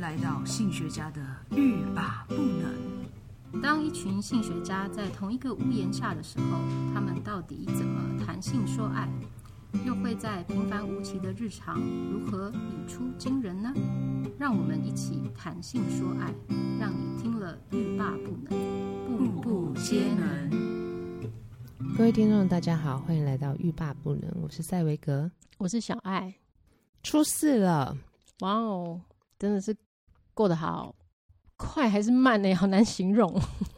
来到性学家的欲罢不能。当一群性学家在同一个屋檐下的时候，他们到底怎么谈性说爱？又会在平凡无奇的日常如何语出惊人呢？让我们一起谈性说爱，让你听了欲罢不能，步步皆能。各位听众，大家好，欢迎来到欲罢不能，我是赛维格。我是小爱，出事了，哇哦，真的是过得好快还是慢呢？好难形容。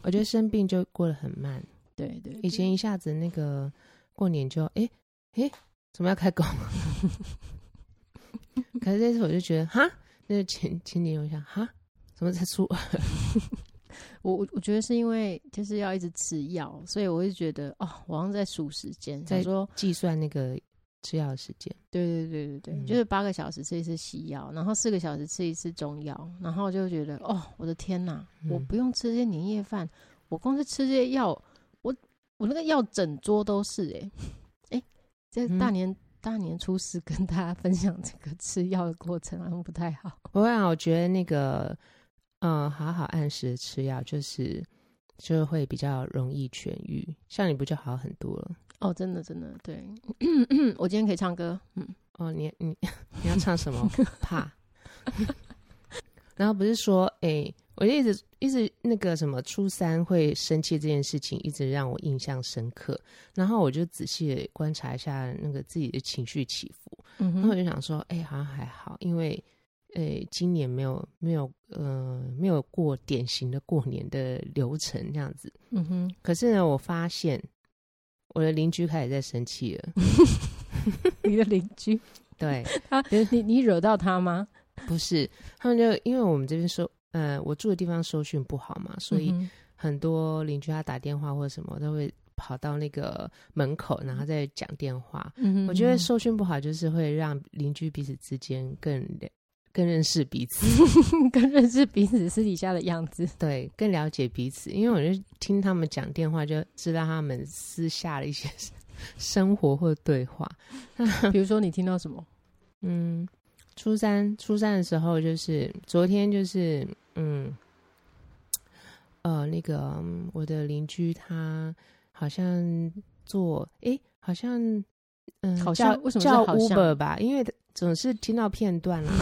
我觉得生病就过得很慢， 对对，以前一下子那个过年就诶诶，怎么要开工？可是这次我就觉得哈，那前前年我想哈，怎么才出？我我我觉得是因为就是要一直吃药，所以我就觉得哦，我好像在数时间，在想说计算那个吃药的时间，对对对对对，嗯就是八个小时吃一次西药，然后四个小时吃一次中药，然后就觉得哦，我的天哪，嗯我不用吃这些年夜饭，我光是吃这些药，我我那个药整桌都是哎、哎、这嗯大年、大年初四跟大家分享这个吃药的过程好像不太好，不会啊，我觉得那个嗯、呃好好按时吃药，就是就会比较容易痊愈。像你不就好很多了？哦，真的真的，对 我今天可以唱歌，嗯，哦，你你你要唱什么？ 怕。然后不是说，哎、我就一直一直那个什么初三会生气这件事情，一直让我印象深刻。然后我就仔细地观察一下那个自己的情绪起伏，嗯然后我哼，就想说，哎、好像还好，因为呃、今年没有没有呃没有过典型的过年的流程这样子。嗯哼，可是呢，我发现我的邻居开始在生气了， 你的邻居，嗯对，你你惹到他吗？不是，他们就因为我们这边收，呃，我住的地方收讯不好嘛，所以嗯哼很多邻居他打电话或者什么都会跑到那个门口，然后再讲电话。嗯哼我觉得收讯不好，就是会让邻居彼此之间更了更认识彼 此，更认识彼此私底下的样子。对，更了解彼此。因为我就听他们讲电话，就知道他们私下的一些 生活或对话。 比如说，你听到什么？嗯，初三初三的时候，就是昨天，就是嗯，呃，那个嗯我的邻居他好像做，诶，好像嗯，好像叫为什么是叫好像 Uber 吧？因为总是听到片段 啦、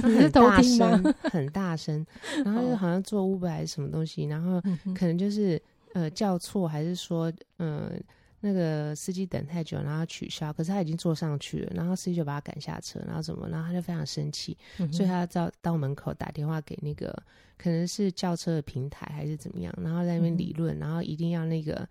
他你是很偷大听吗声，很大声，然后就好像做 Uber 还是什么东西，然后可能就是呃叫错，还是说呃那个司机等太久，然后取消，可是他已经坐上去了，然后司机就把他赶下车，然后怎么，然后他就非常生气，所以他到到门口打电话给那个可能是轿车的平台还是怎么样，然后在那边理论，然后一定要那个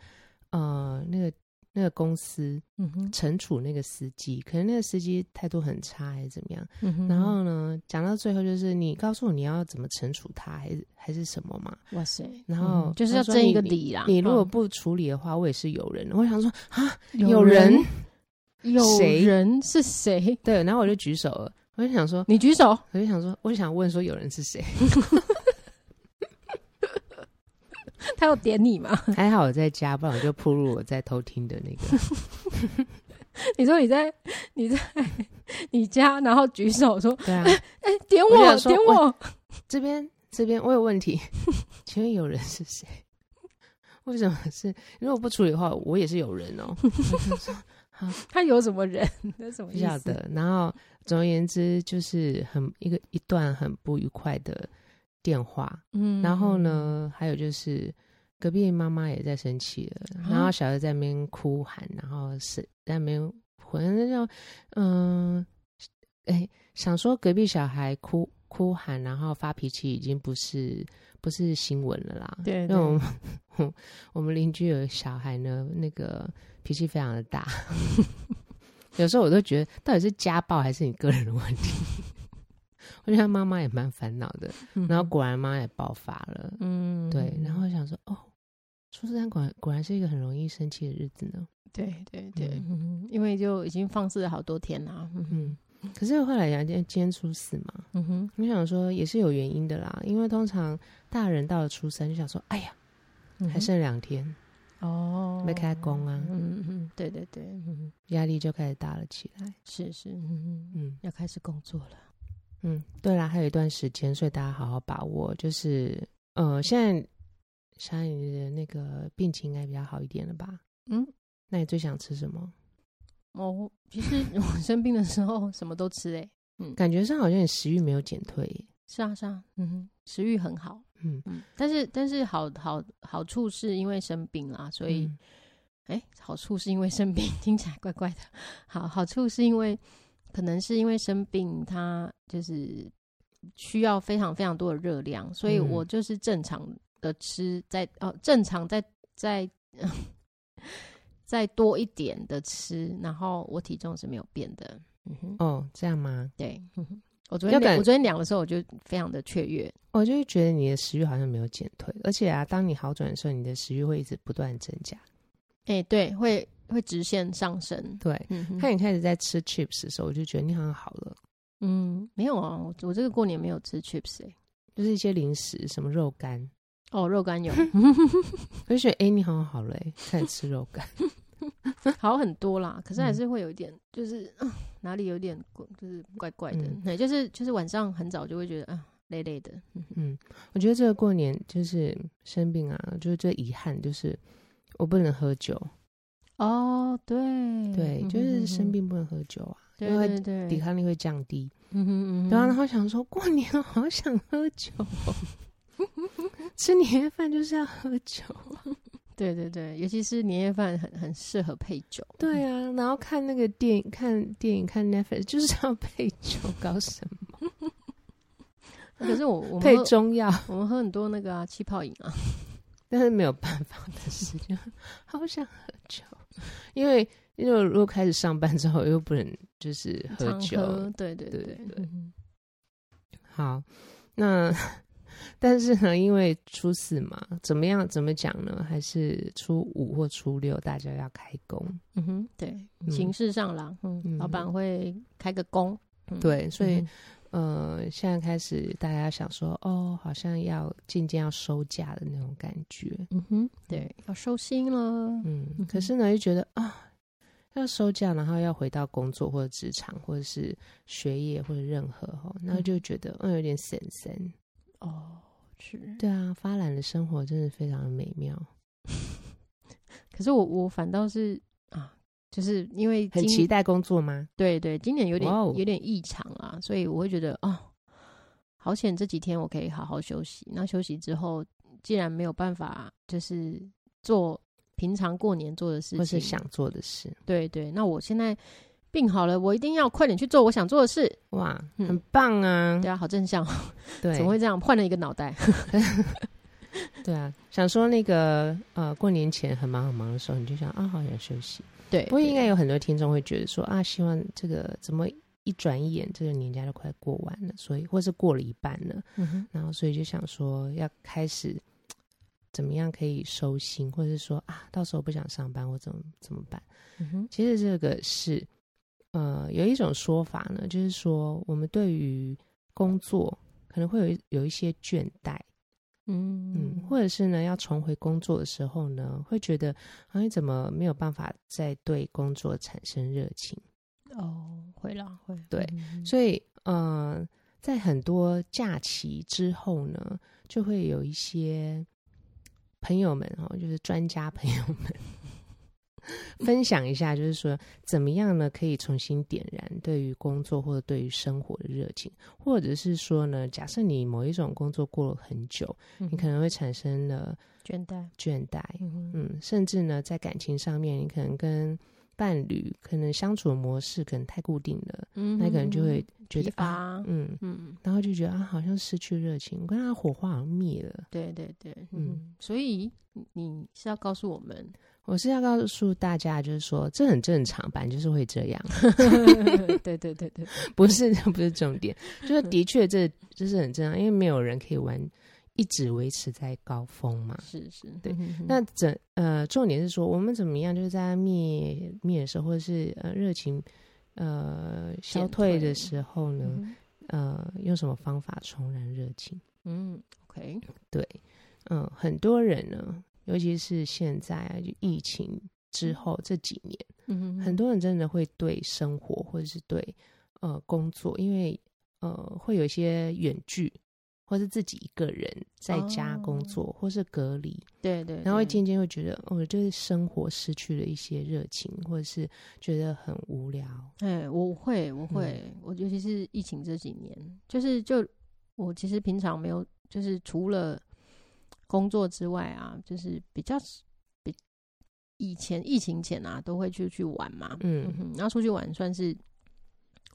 呃那个那个公司嗯哼，惩处那个司机，可能那个司机态度很差还是怎么样。嗯哼然后呢，讲到最后就是你告诉我你要怎么惩处他，还是还是什么嘛？哇塞，然后嗯就是要他说争一你个理啦。你如果嗯不处理的话，我也是有人。我想说啊，有人 有谁人是谁？ 对，然后我就举手了，我就想说，你举手。我就想说，我就想问说有人是谁？他要点你吗？还好我在家，不然我就暴露我在偷听的那个。 你说你在 你在你家，然后举手说对啊，点我我想说点我，这边这边我有问题， 请问有人是谁？ 为什么是？如果不处理的话，我也是有人哦。我想说好，他有什么人？ 那什么不意思晓？得。然后总而言之，就是很一个一段很不愉快的电话。嗯然后？呢，还有就是隔壁妈妈也在生气了，啊然后小孩在那边哭喊，然后是在那边反正就嗯，哎、想说隔壁小孩哭哭喊，然后发脾气，已经不是不是新闻了啦。对因为对我们 我们邻居有个小孩呢，那个脾气非常的 大，有时候我都觉得到底是家暴还是你个人的问题。 我觉得他妈妈也蛮烦恼的，嗯然后果然妈妈也爆发了，嗯对，然后想说哦，初三果然果然是一个很容易生气的日子呢，对对对，嗯嗯因为就已经放肆了好多天啦。嗯哼嗯，可是后来讲今天今天初四嘛，嗯哼。我想说也是有原因的啦，因为通常大人到了初三就想说，哎呀，嗯哼还剩两天哦，没开工啊，嗯嗯嗯，对对对，嗯，压力就开始大了起来，是是，嗯嗯，嗯要开始工作了，嗯，对啦，还有一段时间，所以大家好好把握。就是呃，现在小安你的那个病情应该比较好一点了吧？嗯，那你最想吃什么？我其实 我生病的时候什么都吃、欸，哎，感觉上好像你食欲没有减退耶。是啊是啊，嗯哼，食欲很好，嗯，嗯，但是但是好好好处是因为生病啦，所以嗯哎、好处是因为生病， 听起来怪怪的。好，好处是因为可能是因为生病，它就是需要非常非常多的热量，所以嗯我就是正常的吃在，哦，正常在在、 再多一点的吃，然后我体重是没有变的。嗯哼，哦，这样吗？对，嗯哼我昨要天感量我昨天量的时候，我就非常的雀跃。我就会觉得你的食欲好像没有减退，而且啊，当你好转的时候，你的食欲会一直不断增加。哎、对，会会直线上升。对，嗯哼，看你开始在吃 chips 的时候，我就觉得你好像好了，嗯，没有啊，我我这个过年没有吃 chips 哎、就是一些零食，什么肉干，哦，肉 干有，我就觉得哎、诶你好像好了、诶开始吃肉干。好很多啦，可是还嗯是会有一点，就是、啊哪里有点怪就是怪怪的嗯，对、就是就是晚上很早就会觉得啊累累的，嗯，我觉得这个过年就是生病啊，就是最遗憾就是我不能喝酒，哦，对对，嗯就是生，病不能喝酒啊，对因为对对，抵，抗力会降低。嗯哼嗯哼，对啊，然后想说过年我好想喝酒哦， 吃年夜饭就是要喝酒。对啊对对，尤其是年夜饭很很适合配酒，嗯对啊，然后看那个电影，看电影，看 Netflix 就是要配酒，搞什么？可是我我们配喝中药，我们喝很多那个啊气泡饮啊，但是没有办法的事，就好想喝酒，因为因为如果开始上班之后又不能就是喝常酒，喝，对对对对对嗯好，那但是呢，因为初四嘛，怎么样？怎么讲呢？还是初五或初六大家要开工，哼嗯哼，对，嗯形式上啦，嗯，嗯老板会开个工，嗯对，所以嗯、呃，现在开始大家想说，哦，好像要渐渐要收假的那种感觉，嗯哼，对，要收心了，嗯嗯，可是呢，就觉得啊。要收假，然后要回到工作或者职场，或者是学业或者任何哦，那就觉得嗯有点神神。哦，是。对啊，发懒的生活真的非常的美妙，可是我我反倒是啊，就是因为很今期待工作吗？对对，今年有点、哇哦有点异常啊，所以我会觉得哦，好险这几天我可以好好休息。那休息之后，既然没有办法就是做平常过年做的事或情，是想做的事。对对，那我现在病好了，我一定要快点去做我想做的事。哇，嗯很棒啊！对啊，好正向哦，对怎么会这样？换了一个脑 袋，对啊，想说那个呃，过年前很忙很忙的时候，你就想啊，好想休息。对，不过对应该有很多听众会觉得说啊，希望这个怎么一转眼这个年假就快过完了，所以或是过了一半了，嗯哼然后所以就想说要开始怎么样可以收心，或是说啊，到时候不想上班，我怎么怎么办？嗯哼其实这个是，呃，有一种说法呢，就是说我们对于工作可能会有一有一些倦怠，嗯嗯，或者是呢要重回工作的时候呢，会觉得好像怎么没有办法再对工作产生热情，哦，会啦会，对嗯所以呃，在很多假期之后呢，就会有一些朋友们哦，就是专家朋友们。 分享一下，就是说怎么样呢，可以重新点燃对于工作或者对于生活的热情，或者是说呢，假设你某一种工作过了很久，嗯你可能会产生了倦怠，倦怠，嗯哼嗯，甚至呢，在感情上面，你可能跟伴侣可能相处的模式可能太固定了，嗯那可能就会觉疲得乏啊，嗯，嗯，然后就觉得啊，好像失去热情，我跟他火花好像灭了。对对对，嗯嗯，所以你你是要告诉我 们，我是要告诉大家，就是说这很正常，反正就是会这样， 对对对对，不是 不是重点，就是的确这这是很正常，因为没有人可以玩一直维持在高峰嘛。 是是，对嗯哼哼那整呃，重点是说我们怎么样，就是在它灭灭的时候，或者是呃热情呃消减退退的时候呢，嗯呃，用什么方法重燃热情？嗯，OK，对，嗯、很多人呢，尤其是现在啊，就疫情之后这几年，嗯哼哼很多人真的会对生活或者是对呃工作，因为呃会有一些远距，或是自己一个人在家工作，或是隔离，对哦对，然后会对渐渐会觉得，哦，就是生活失去了一些热情，或者是觉得很无聊。哎，我会，嗯我会，我尤其是疫情这几年，就是就我其实平常没有，就是除了工作之外啊，就是比较比以前疫情前啊，都会去去玩嘛，嗯嗯哼，然后出去玩算是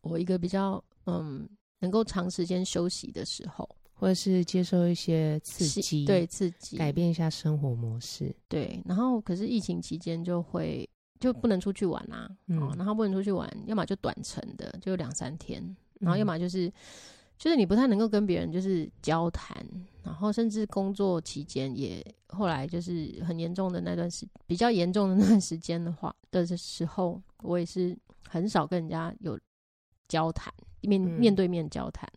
我一个比较嗯能够长时间休息的时候，或者是接受一些刺是激，对，刺激，改变一下生活模式。对，然后可是疫情期间就会就不能出去玩啦、嗯哦，然后不能出去玩，要么就短程的，就两三天，然后要嗯么就是、就是你不太能够跟别人就是交谈，然后甚至工作期间也后来就是很严重的那段时，比较严重的那段时间的话的时候，我也是很少跟人家有交谈，面嗯面对面交谈，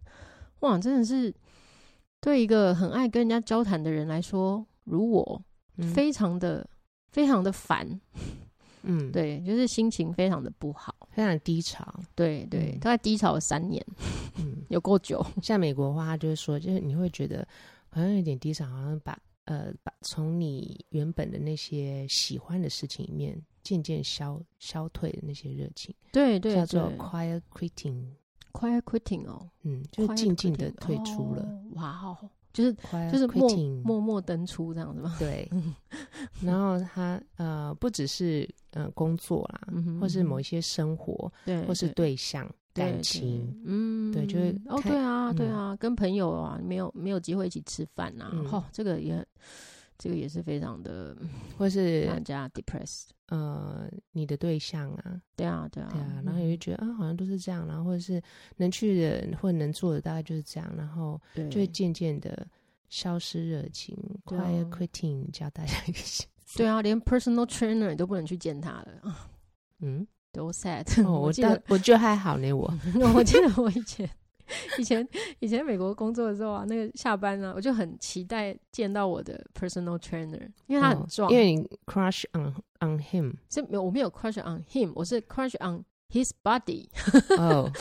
哇，真的是对一个很爱跟人家交谈的人来说，如我。嗯非常的非常的烦，嗯，对，对，就是心情非常的不好，非常低潮。对对，嗯大概低潮了三年，嗯，有够久，像美国的话，他就是说，就是你会觉得好像有点低潮，好像把呃把从你原本的那些喜欢的事情里面渐渐消消退的那些热情，对对叫对，做 quiet quitting。 quiet quitting 哦，嗯，就是静静的退出了。哦哇哦，就是就 quiet 是默 quitting，默默登出这样子吗？ 对。然后他呃，不只是呃工作啦，嗯哼或是某嗯一些生活，哼对，或是对对象、对感对情，嗯，对就会哦，看对啊，对嗯啊，跟朋友啊，没有没有机会一起吃饭啊，嗯哦，这个也这个也是非常的或是让人家 depressed，呃你的对象啊，对啊对啊，对啊，然后嗯也会觉得啊，好像都是这样，然后或者是能去的或能做的大概就是这样，然后对就会渐渐的消失热情对啊，quiet quitting 教大家一个新，对啊，连 personal trainer 你都不能去见他了， 啊嗯，多 sad。 哦，我我记得倒，我觉得还好呢，我 我记得我以前以前以前美国工作的时候啊，那个下班呢、我就很期待见到我的 personal trainer，因为他很哦壮，因为你 crush on on him，是没有我没有 crush on him，我是 crush on his body， 哦，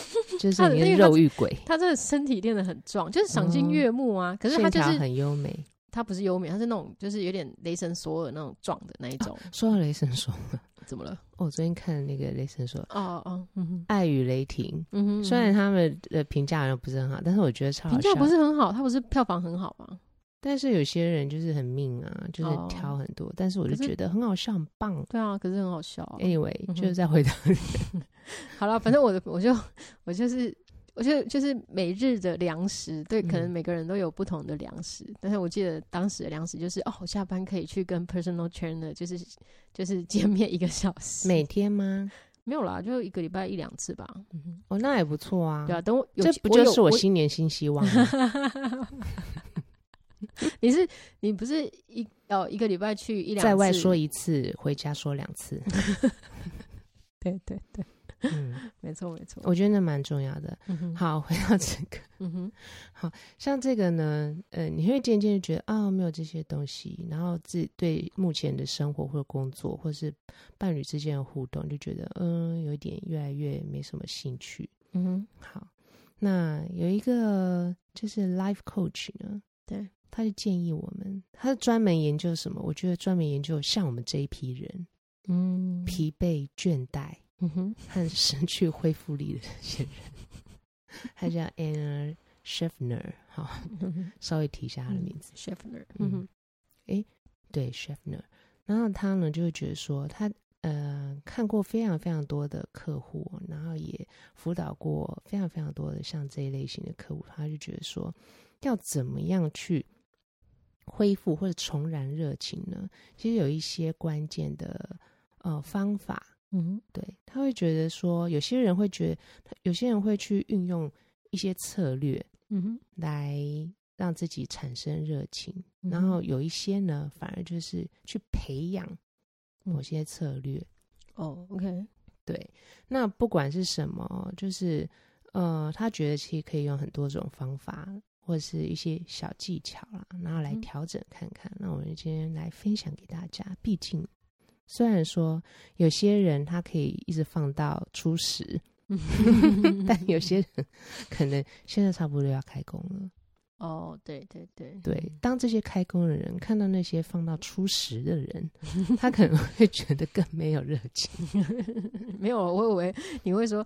就是他的你那是个他肉欲鬼，他真的身体练得很壮，就是赏哦心悦目啊。 可是他线就条是很优美，他不是优美，他是那种就是有点雷神索尔那种壮的那一种，说到雷神说，怎么了？哦我昨天看那个雷神说。哦哦，嗯哼，爱与雷霆，嗯哼，虽然他们的评价好像不是很好，但是我觉得超好评笑价。不是很好，他不是票房很好吗？但是有些人就是很命啊，就是哦挑很多，但是我就可是觉得很好笑，很棒。对啊，可是很好笑、啊。 Anyway，、嗯哼就是再回到好了，反正我的我就我就是我就就是每日的粮食，对，可能嗯每个人都有不同的粮食，但是我记得当时的粮食就是哦，我下班可以去跟 personal trainer 就是就是见面一个小时，每天吗？没有啦，就一个礼拜一两次吧。嗯哼，哦，那也不错啊。对啊，等我有这机不有就是我我新年新希望吗？你是你不是一哦一个礼拜去 一两次，在外说一次，回家说两 次。对对对，嗯，没错没错。我觉得那蛮重要的。嗯哼，好，回到这个，嗯哼，像这个呢，呃，你会渐渐地觉得啊、没有这些东西，然后自己对目前的生活或者工作，或是伴侣之间的互动，就觉得嗯，有一点越来越没什么兴趣。嗯哼，好，那有一个就是 life coach 呢，对，他就建议我们，他是专门研究什么？我觉得专门研究像我们这一批人嗯，疲惫、倦怠嗯哼，和失去恢复力的这些人。 他叫 Anna Sheffner，好，嗯哼稍微提一 下他的名字。 ，Sheffner，嗯嗯哼，对 Sheffner，然后他呢就会觉得说，他呃看过非常非常多的客户，然后也辅导过非常非常多的像这一类型的客户，他就觉得说，要怎么样去恢复或者重燃热情呢？其实有一些关键的呃方法，嗯哼，对他会觉得说，有些人会觉得，有些人会去运用一些策略，嗯哼。来让自己产生热情，嗯然后有一些呢，反而就是去培养某些策略。哦，OK，对，那不管是什么，就是呃，他觉得其实可以用很多种方法或是一些小技巧啦，然后来嗯调整看看。那我们今天来分享给大家，毕竟。虽然说有些人他可以一直放到初十，但有些人可能现在差不多要开工了。哦，对对对， 对，当这些开工的人看到那些放到初十的人，他可能会觉得更没有热情。没有，我以为你会说。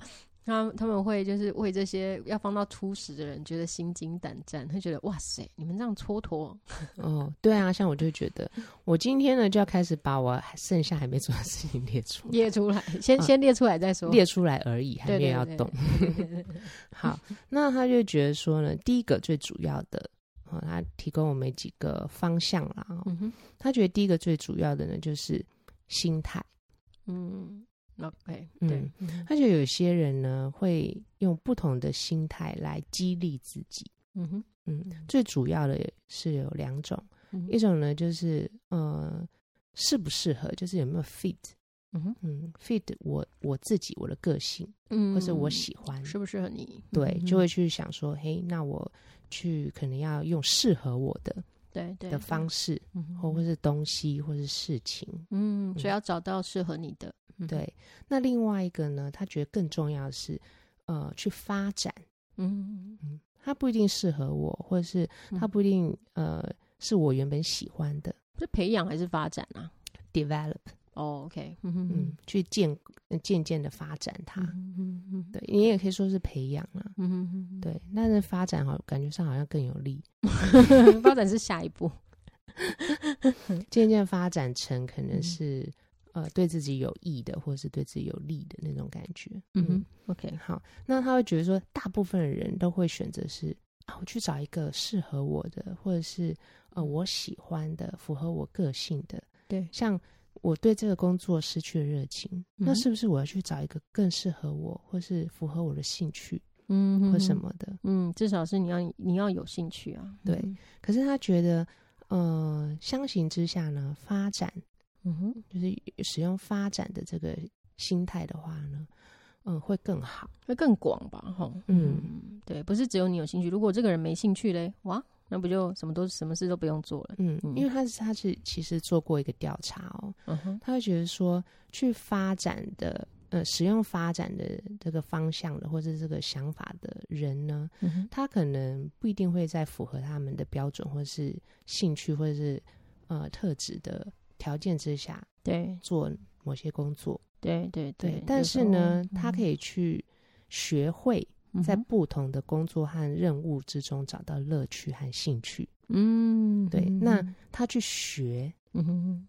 他他们会就是为这些要放到初十的人觉得心惊胆战，会觉得哇塞，你们这样蹉跎，哦，对啊，像我就觉得，我今天呢就要开始把我还剩下还没做的事情列出列出来，先啊先列出来再说。 列出来而已，还对没对有要对动。 好，那他就觉得说呢，第一个最主要的，哦，他提供我们几个方向啦、哦。嗯哼，他觉得第一个最主要的呢，就是心态。嗯，OK，嗯对，嗯他觉得有些人呢，会用不同的心态来激励自己。嗯哼，嗯，最主要的是有两种，嗯一种呢就是呃适不适合，就是有没有 fit，嗯哼，嗯，fit 我我自己我的个性，嗯或是我喜欢，适不适合你？对嗯，哼就会去想说，嘿，那我去可能要用适合我的对对的方式，式，嗯哼或或是东西，或是事情。嗯，所以要找到适合你的。嗯，对，那另外一个呢，他觉得更重要的是，呃，去发展。嗯，它不一定适合我，或者是它嗯不一定呃是我原本喜欢的。是培养还是发展啊？ develop，哦，OK，嗯哼嗯，去渐渐渐的发展它。嗯哼嗯对你也可以说是培养啊，嗯哼，对，但是发展好感觉上好像更有力，对，发展是下一步。渐渐发展成可能嗯是、呃对自己有益的，或者是对自己有利的那种感觉。嗯哼，OK，好，那他会觉得说，大部分的人都会选择是啊，我去找一个适合我的，或者是呃我喜欢的、符合我个性的。对像我对这个工作失去了热情，嗯那哼是不是我要去找一个更适合我，或是符合我的兴趣嗯哼，或什么的？嗯，至少是你要你要有兴趣啊。对嗯可是他觉得，呃，相形之下呢，发展嗯哼，就是使用发展的这个心态的话呢，嗯、会更好。会更广吧，哈。嗯，对，不是只有你有兴趣，如果这个人没兴趣嘞，哇，那不就什么都什么事都不用做了。嗯，嗯因为他是他是其实做过一个调查哦，嗯哼，他会觉得说，去发展的呃，使用发展的这个方向的或者这个想法的人呢，嗯哼，他可能不一定会在符合他们的标准或是兴趣或者是呃特质的条件之下对做某些工作。对对但是呢，他可以以去学会嗯在不同的工作和任务之中找到乐趣和兴趣。嗯，对嗯那他去学，嗯哼，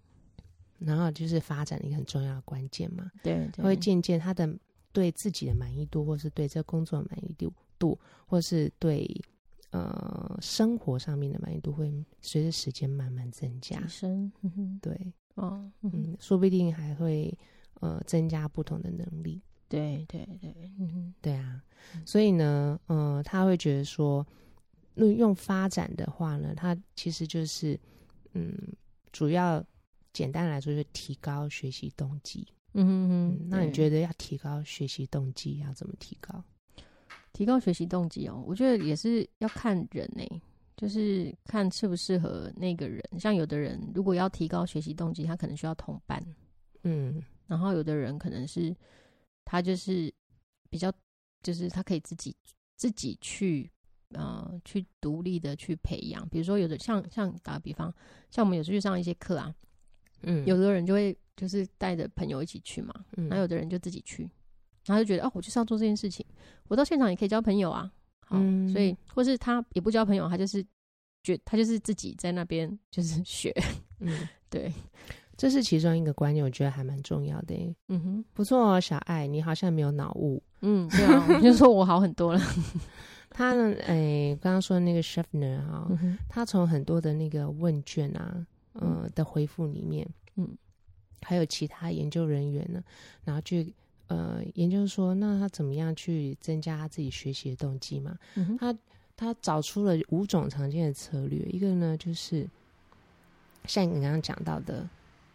然后就是发展一个很重要的关键嘛。对，对会渐渐他的对自己的满意度，或是对这工作的满意度度，或是对呃生活上面的满意度，会随着时间慢慢增加提。升，嗯哼，对，哦，嗯哼，嗯，说不定还会呃增加不同的能力。对对对，嗯哼，对啊，所以呢，呃，他会觉得说，用用发展的话呢，它其实就是嗯，主要简单来说，就是提高学习动机。嗯哼嗯哼，，那你对觉得要提高学习动机，要怎么提高？提高学习动机哦，我觉得也是要看人呢、就是看适不适合那个人。像有的人如果要提高学习动机，他可能需要同伴，嗯，然后有的人可能是他就是比较，就是他可以自己自己去。呃，去独立的去培养，比如说有的像像打个比方，像我们有时候去上一些课啊，嗯，有的人就会就是带着朋友一起去嘛，嗯那有的人就自己去，然后就觉得哦，我就是要做这件事情，我到现场也可以交朋友啊。好，嗯所以或是他也不交朋友，他就是觉他就是自己在那边就是 学， 嗯，对，这是其中一个观念，我觉得还蛮重要的耶。嗯哼，不错哦，小爱，你好像没有脑雾。嗯，对啊，我就说我好很多了，他呢，哎，刚刚说那个 Schaffner 哈、嗯哼，他从很多的那个问卷啊，呃的回复里面，嗯，还有其他研究人员呢，然后去呃研究说，那他怎么样去增加他自己学习的动机嘛？嗯哼他找出了五种常见的策略，一个呢就是像你刚刚讲到的，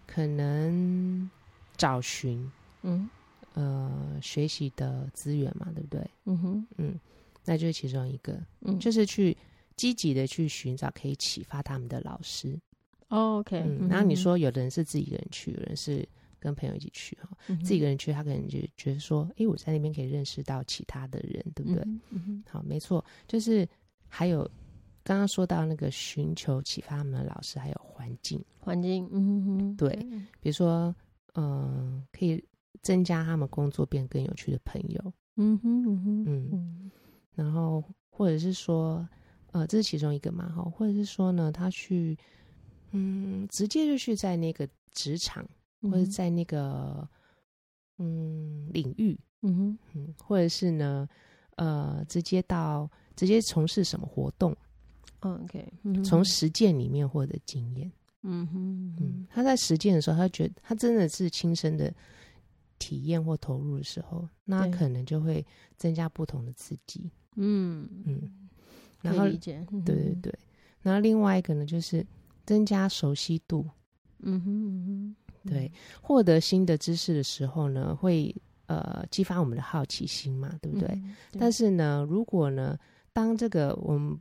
可能找寻嗯呃学习的资源嘛，对不对？嗯哼，嗯，那就是其中一个，嗯，就是去积极的去寻找可以启发他们的老师。哦 OK，嗯，哼然后你，说有的人是自己一个人去，有人是跟朋友一起去哈，嗯哼自己一个人去，他可能就觉得说，诶，我在那边可以认识到其他的人，对不对？嗯哼嗯哼好，没错，就是还有刚刚说到那个寻求启发他们的老师，还有环境，环境，嗯哼哼，对比如说，嗯、可以增加他们工作变更有趣的朋友，嗯哼嗯哼嗯嗯然后或者是说，呃，这是其中一个嘛，哈，或者是说呢，他去，嗯，直接就去在那个职场嗯或者在那个嗯领域，嗯哼嗯，或者是呢，呃，直接到直接从事什么活动，嗯，OK，从始，实践里面获得经验。嗯哼嗯，他在实践的时候，他觉得他真的是亲身的体验或投入的时候，那对可能就会增加不同的刺激。嗯，嗯，可然以后理解，嗯对对哼，对，然后另外一个呢，就是增加熟悉度，嗯哼嗯哼，对，获得新的知识的时候呢，会呃激发我们的好奇心嘛，对嗯不对？哼，但是呢，如果呢，当这个我们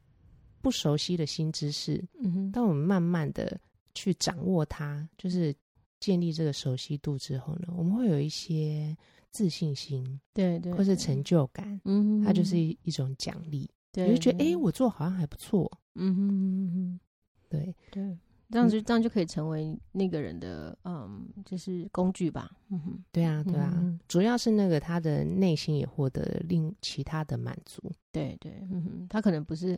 不熟悉的新知识，嗯哼，当我们慢慢的去掌握它，就是建立这个熟悉度之后呢，我们会有一些自信心对对，或对，是成就感，嗯哼，它就是嗯哼，一一种奖励。对，你就觉得，对哎、，我做好像还不错，嗯哼嗯哼嗯对，嗯哼，对。这样就这样就可以成为那个人的嗯，就是工具吧。嗯哼，对啊，对啊，嗯主要是那个他的内心也获得了另其他的满足，对对，嗯哼，他可能不是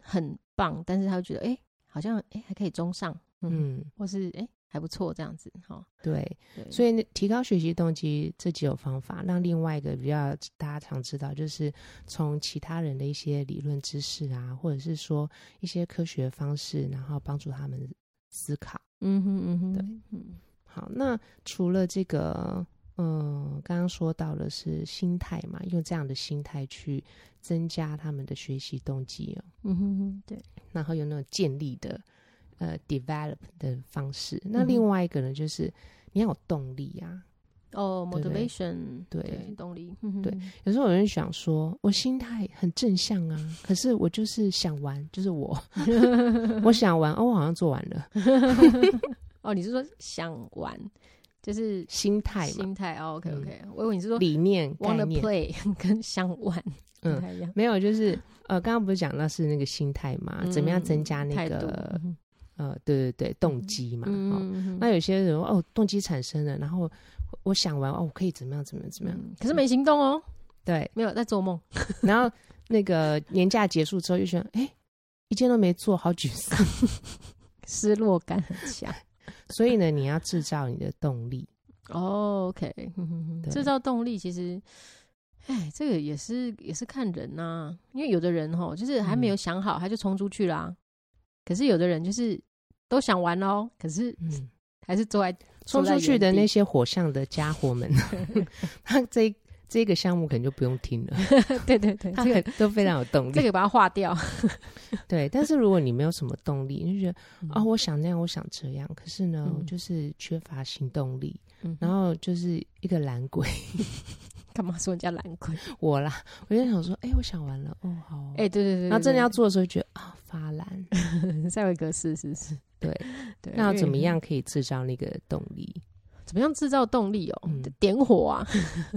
很棒，但是他就觉得哎、诶好像哎、诶还可以中上，嗯哼，嗯，或是哎、诶还不错这样子哈。对，对，所以以那提高学习动机这几种方法，那另外一个比较大家常知道，就是从其他人的一些理论知识啊，或者是说一些科学方式，然后帮助他们思考。嗯哼嗯哼，对嗯好，那除了这个，嗯，刚刚说到的是心态嘛，用这样的心态去增加他们的学习动机哦，嗯哼哼，对，然后有那种建立的呃 develop 的方式。嗯那哼另外一个呢，就是你要有动力啊，哦对对，motivation，对动力，嗯哼对，有时候有人想说，我心态很正向啊，可是我就是想玩，就是我， 我想玩，哦，我好像做完了，哦，你是说想玩，就是心态嘛，嗯心态哦，OK OK，我以为你是说理念概 wanna 念， play 跟想玩不嗯太一样，没有，就是呃，刚刚不是讲到是那个心态嘛，啊怎么样增加那嗯态度个呃，对对对，动机嘛，嗯哦，嗯那有些人哦，动机产生了，然后我我想玩，哦，我可以怎么样怎么样怎么样，嗯可是没行动哦，对，没有在做梦，然后那个年假结束之后就觉得，哎、一件都没做，好沮丧。 失落感很强。所以呢，你要制造你的动力。哦，OK，哼哼哼对制造动力其实，哎，这个也是也是看人呐、因为有的人吼，就是还没嗯有想好，他就冲出去啦、可是有的人就是都想玩喽，可是嗯，还是坐在 坐冲在出去的原地那些火象的家 伙们， 他这这个项目可能就不用听了，对对对，他 这很个都非常有动力。这个把它划掉。对，但是如果你没有什么动力，你就觉得啊、我想那样，我想这样，可是呢，嗯我就是缺乏行动力，嗯然后就是一个懒鬼。干嘛说人家懒鬼？我啦，我就想说，哎、我想完了，哦，好哦，哎，对对对，然后真的要对做的时候，觉得啊、发懒。对塞维格是是是， 对对，那要因为怎么样可以制造那个动力？怎么样制造动力哦？嗯点火啊！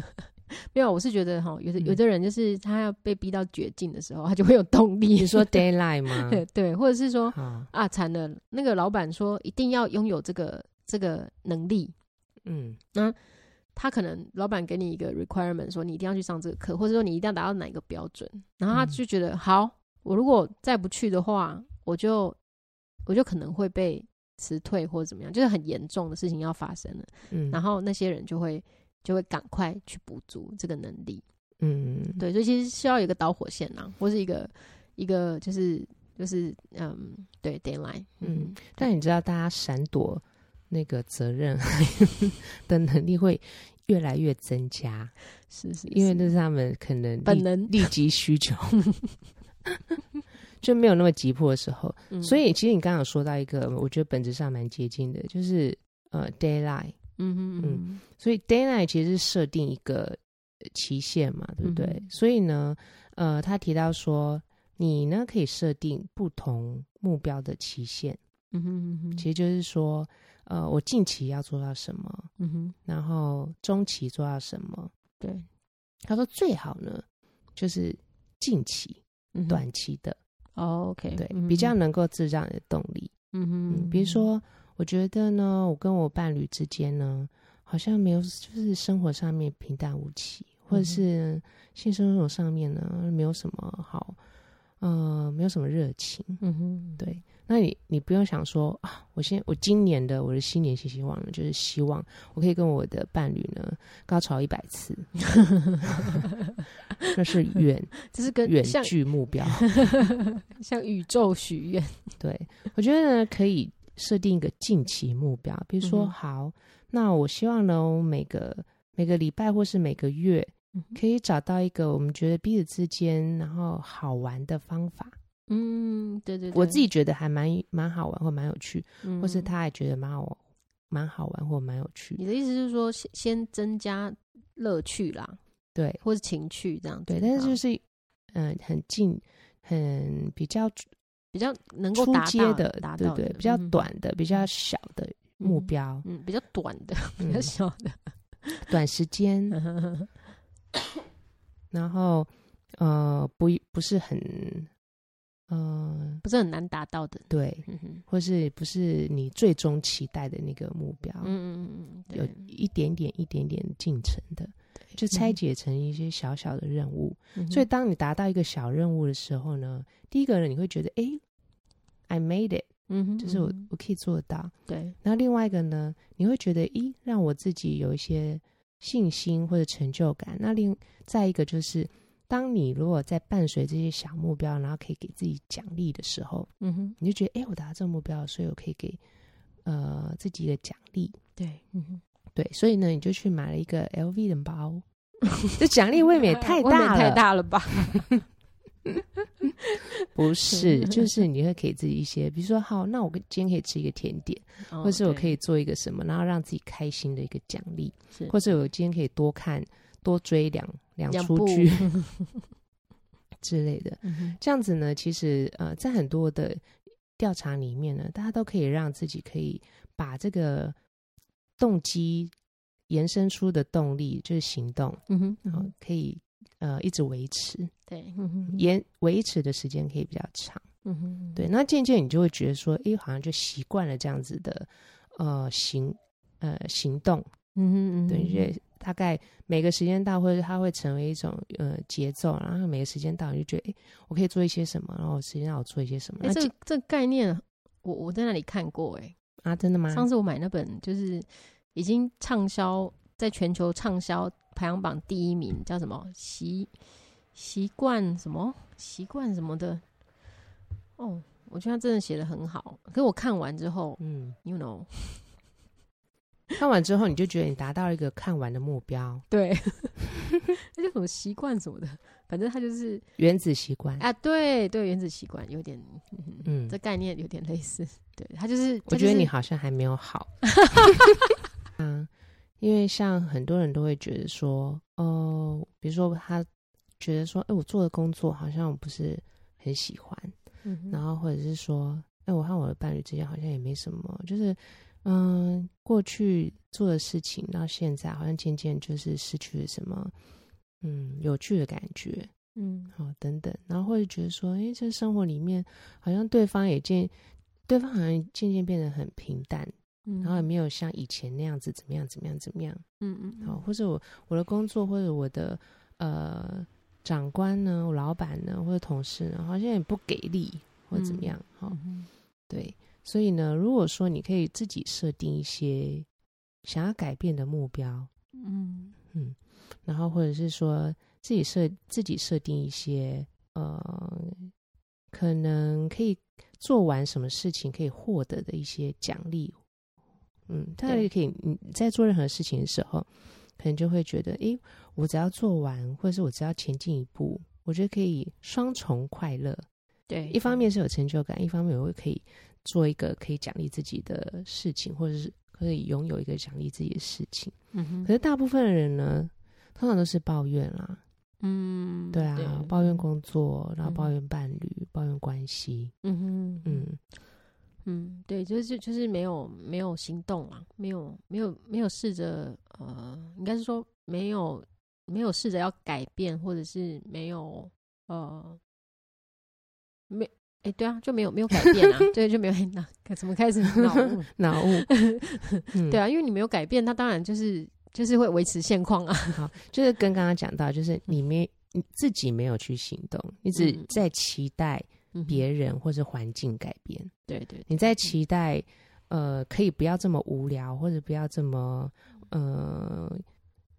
没有，我是觉得哈，有的嗯有的人就是他要被逼到绝境的时候，他就会有动力。你说 d a y l i g h t 吗？ 对，或者是说好，啊，惨了，那个老板说一定要拥有这个这个能力，嗯他可能老板给你一个 requirement，说你一定要去上这个课，或者说你一定要达到哪一个标准，然后他嗯就觉得、好，我如果再不去的话，我就我就可能会被辞退或者怎么样，就是很严重的事情要发生了，嗯，然后那些人就会就会赶快去补足这个能力，嗯，对，所以其实需要有一个导火线啦，或是一个一个就是就是嗯，对 d a y l i n e 嗯嗯，但你知道，大家闪躲那个责任 的能力会越来越增加，是是，因为是那是他们可能立本能，立即需求， 就没有那么急迫的时候。嗯所以，其实你刚刚有说到一个，我觉得本质上蛮接近的，就是呃 d a y l i g h t 嗯哼嗯嗯所以 d a y l i g h t 其实是设定一个呃期限嘛，对不对？嗯所以呢，呃，他提到说，你呢可以设定不同目标的期限。嗯哼嗯哼，其实就是说，呃，我近期要做到什么，嗯哼，然后中期做到什么。对，他说最好呢，就是近期、嗯哼短期的，哦，OK，对，嗯比较哼，能够制造你的动力。嗯哼，嗯，比如说，我觉得呢，我跟我伴侣之间呢，好像没有，就是生活上面平淡无奇，嗯或者是性生活上面呢，没有什么好，呃，没有什么热情。嗯哼，对，那你你不用想说啊，我现我今年的我的新年新希望呢，就是希望我可以跟我的伴侣呢高潮一百次， 那是 远这是跟远像距啊目标。 像宇宙许愿，对，我觉得呢，可以设定一个近期目标，比如说，嗯哼好，那我希望呢，我每个每个礼拜或是每个月，嗯可以找到一个我们觉得彼此之间然后好玩的方法。嗯，对对，我自己觉得还蛮蛮好玩或蛮有趣，对，或是嗯，他也觉得蛮好蛮好玩或蛮有趣你。的意思是说先先增加乐趣啦，对或是情趣这样子，对，但是啊就是嗯、很近。很比较出比较能够达街到的，达对到对的，比较嗯哼，短的、比较小的目嗯标，嗯，比较短的，比较嗯小的，短时间，然后呃，不一不是很，呃，不是很难达到的，对，嗯哼，或是不是你最终期待的那个目标，嗯嗯嗯嗯，有对一点点一点点进程的，就拆解成一些小小的任务。嗯所以哼当你达到一个小任务的时候呢，第一个呢，你会觉得诶 i made it，嗯哼，就是我、嗯我可以做得到。哼对，然后另外一个呢，你会觉得，咦，让我自己有一些信心或者成就感。那另再一个就是，当你如果在伴随这些小目标，然后可以给自己奖励的时候，嗯哼，你就觉得，哎，我达到这个目标了，所以我可以给呃自己一个奖励。对，嗯哼，对，所以呢，你就去买了一个 LV 的 包，这奖励未免也太未免大了，太大了吧？不是，就是你会给自己一些，比如说，好，那我今天可以吃一个甜点，哦或是我对可以做一个什么，然后让自己开心的一个奖励。是或者我今天可以多看、多追两两两出部 剧之类的。 嗯哼这样子呢，其实呃，在很多的调查里面呢，大家都可以让自己可以把这个动机延伸出的动力，就是行动，嗯哼，然后可以呃一直维持，对，嗯哼，延维持的时间可以比较长。嗯哼，对，那渐渐你就会觉得说，诶，好像就习惯了这样子的呃行呃行动。嗯哼，嗯哼，对，因为大概每个时间到，或者它会成为一种呃节奏，然后每个时间到你就觉得，哎、我可以做一些什么，然后时间到我做一些什么。哎、那这这个这个概念，我我在那里看过、欸，啊，真的吗？上次我买那本就是已经畅销，在全球畅销排行榜第一名，叫什么习习惯什么习惯什么的，哦，我觉得他真的写的很好，可是我看完之后嗯， ，you know，看完之后你就觉得你达到一个看完的目标，对， 那叫什么习惯什么的，反正他就是原子习惯。啊，对对，原子习惯有点，嗯哼，嗯这，概念有点类似， 对他就是，我它觉就得是你好像还没 有好。嗯，因为像很多人都会觉得说，哦、比如说他觉得说，哎、我做的工作好像我不是很喜欢。嗯哼然后或者是说，哎、我和我的伴侣之间好像也没什么，就是嗯，过去做的事情到现在，好像渐渐就是失去了什么嗯有趣的感觉，嗯好、哦等等，然后或者觉得说，哎、这生活里面好像对方也渐，对方好像渐渐变得很平淡，嗯，然后也没有像以前那样子怎么样怎么样怎么样，嗯嗯嗯好、或者我我的工作或者我的呃长官呢，我老板呢，或者同事呢，好像也不给力或者怎么嗯样，好、嗯哼对，所以呢，如果说你可以自己设定一些想要改变的目标，嗯然后或者是说自己设自己设定一些呃，可能可以做完什么事情可以获得的一些奖励，嗯，它对也可以你在做任何事情的时候，可能就会觉得，诶，我只要做完，或者是我只要前进一步，我觉得可以双重快乐。对，一方面是有成就感，一方面我会可以做一个可以奖励自己的事情，或者是可以拥有一个奖励自己的事情。嗯哼，可是大部分的人呢，通常都是抱怨啦，嗯，对啊，抱怨工作，然后嗯抱怨伴侣，抱怨关系，嗯哼，嗯，嗯，嗯，对，就是就是没有没有行动啦，没有没有没有试着呃，应该是说没有没有试着要改变，或者是没有呃，没哎、对啊，就没有没有改变 啊，对，就没有那怎么开始脑雾？脑雾， 嗯对啊，因为你没有改变，它当然就是就是会维持现况啊。好，就是跟刚刚讲到，就是你没你自己没有去行动，你只嗯在期待嗯别人或是环境改变，对对你在期待呃可以不要这么无聊，或者不要这么呃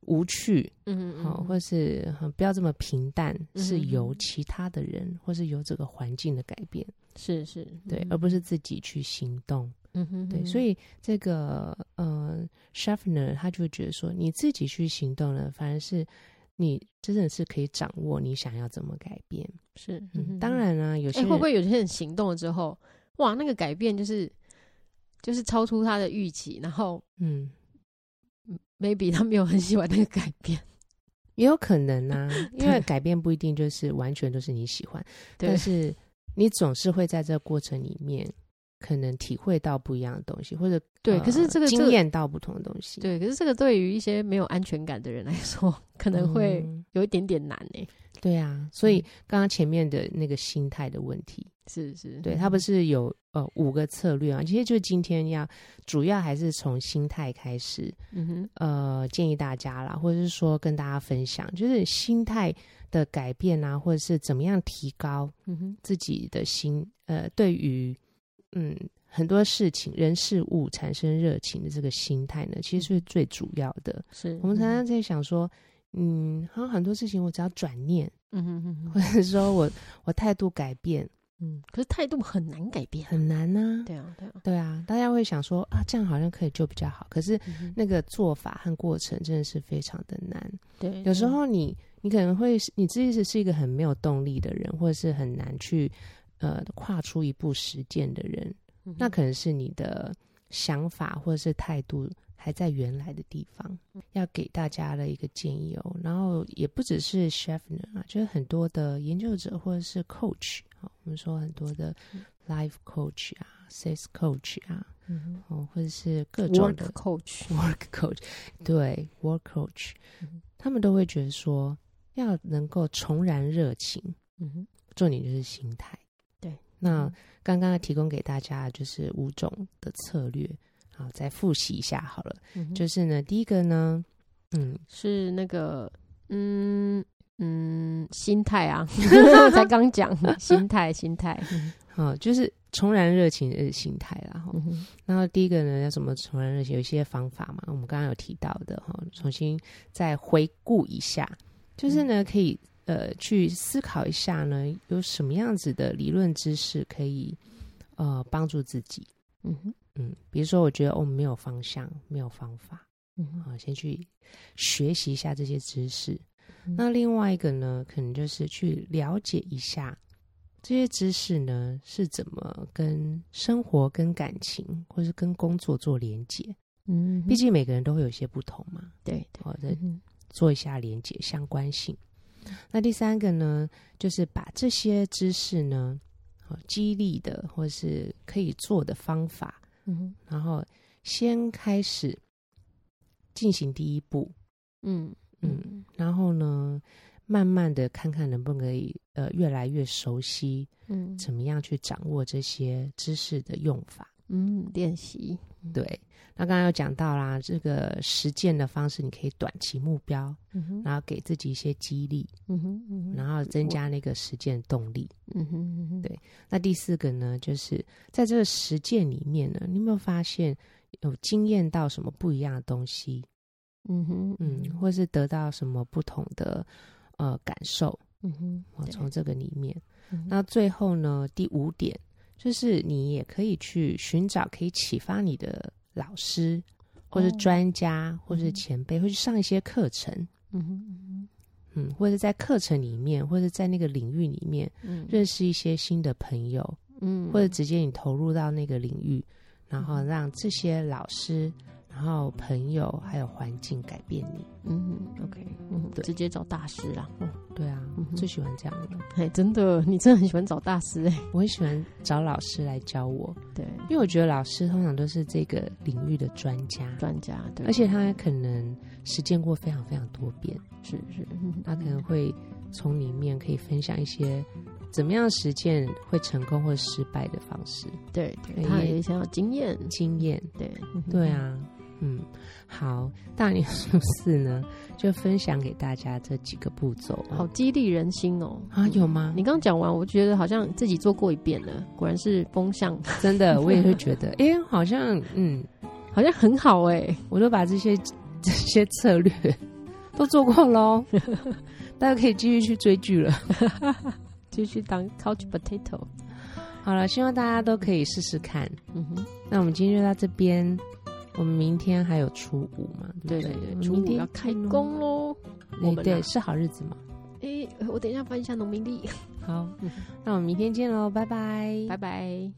无趣，嗯好、或是、呃不要这么平淡，是嗯由其他的人或是由这个环境的改变，是是，对，嗯而不是自己去行动。嗯哼对，哼所以这个呃 s h a f n e r 他就觉得说，你自己去行动了，反而是你真的是可以掌握你想要怎么改变。是嗯嗯，哼当哼然啦、有些哎、人、会不会有些人行动了之后，哇，那个改变就是就是超出他的预期，然后嗯， maybe 他没有很喜欢那个改变，也有可能 啊，因对为改变不一定就是完全都是你喜欢，对但，是你总是会在这个过程里面。可能体会到不一样的东西，或者对呃可是这个这经个验到不同的东西，对，可是这个对于一些没有安全感的人来说，可能会嗯有一点点难诶、对啊。所以嗯刚刚前面的那个心态的问题，是是，对他不是有呃五个策略啊，其实就今天要主要还是从心态开始，嗯哼，呃，建议大家啦，或者是说跟大家分享，就是心态的改变啊，或者是怎么样提高嗯哼，自己的心，呃，对于嗯很多事情、人事物产生热情的这个心态呢，其实是最主要的。是我们常嗯常在想说，嗯，好像很多事情我只要转念， 嗯哼哼或哼，者是说我我态度改变嗯，可是态度很难改变啊、很难呐、对啊，对啊，对啊，大家会想说啊，这样好像可以就比较好，可是嗯哼那个做法和过程真的是非常的难。对，有时对候你你可能会是你自己是是一个很没有动力的人，或者是很难去呃跨出一步实践的人，嗯那哼可能是你的想法或者是态度还在原来的地方。要给大家的一个建议哦，然后也不只是 s h e f n e r 啊，就是很多的研究者或者是 coach 啊，我们说很多的 life coach 啊、sales coach 啊，嗯哼哦，或者是各种 work 的 coach， work coach，对 work coach，、嗯他们都会觉得说要能够重燃热情，嗯哼，重点就是心态。对，嗯那刚刚提供给大家就是五种的策略，好，再复习一下好了。嗯哼就是呢，第一个呢，嗯，是那个，嗯嗯，心态 啊，才刚讲心态，心态，好，哦就是重燃热情的心态啦。哈、嗯哼然后第一个呢，要怎么重燃热情？有一些方法嘛，我们刚刚有提到的哈，重新再回顾一下，就是嗯呢，可以呃去思考一下呢，有什么样子的理论知识可以呃帮助自己。嗯哼嗯，比如说，我觉得我、哦、没有方向，没有方法，嗯哼，啊，先去学习一下这些知识。嗯那另外一个呢，可能就是去了解一下这些知识呢是怎么跟生活、跟感情，或是跟工作做连接。嗯哼，毕竟每个人都会有一些不同嘛，对对，好的嗯，哼做一下连接相关性。那第三个呢，就是把这些知识呢，好激励的或是可以做的方法，嗯哼然后先开始进行第一步，嗯嗯然后呢，慢慢的看看能不能可以呃越来越熟悉，嗯怎么样去掌握这些知识的用法。嗯，练习，对，那刚刚有讲到啦，这个实践的方式，你可以短期目标，嗯哼然后给自己一些激励，嗯哼嗯哼然后增加那个实践动力。嗯哼嗯哼，对那第四个呢，就是在这个实践里面呢，你有没有发现有经验到什么不一样的东西？嗯哼嗯，或是得到什么不同的呃感受？嗯哼啊，对从这个里面。嗯哼那最后呢，第五点就是你也可以去寻找可以启发你的老师，或是哦专家，或是嗯前辈，或去上一些课程，嗯哼嗯，或者在课程里面，或者在那个领域里面嗯哼认识一些新的朋友，嗯，或者直接你投入到那个领域，然后嗯让这些老师。然后朋友还有环境改变你。嗯，OK，嗯，对直接找大师啦。嗯，对啊，嗯哼最喜欢这样的。哎，真的，你真的很喜欢找大师哎。我很喜欢找老师来教我，对，因为我觉得老师通常都是这个领域的专家，专家对，而且他可能实践过非常非常多遍，是是，嗯他可能会从里面可以分享一些怎么样实践会成功或失败的方式、 对对，对他也也想要经验。经验。对嗯哼对啊，嗯，好，大年初四呢，就分享给大家这几个步骤哦。好激励人心哦。啊，有 吗你？刚讲完，我觉得好像自己做过一遍了，果然是风 向，真的，我也会觉得，哎、好像，嗯，好像很好哎、我都把这些这些策略 都做过喽， 大家可以继续去追剧了。继续当 couch potato。好了，希望大家都可以试试看。嗯哼，那我们今天就到这边，我们明天还有初五嘛？对对对不对，我们初明五天要开工喽。见咯，我们啊对，是好日子嘛？哎、我等一下翻一下农民历，好，那我们明天见喽，拜拜，拜拜。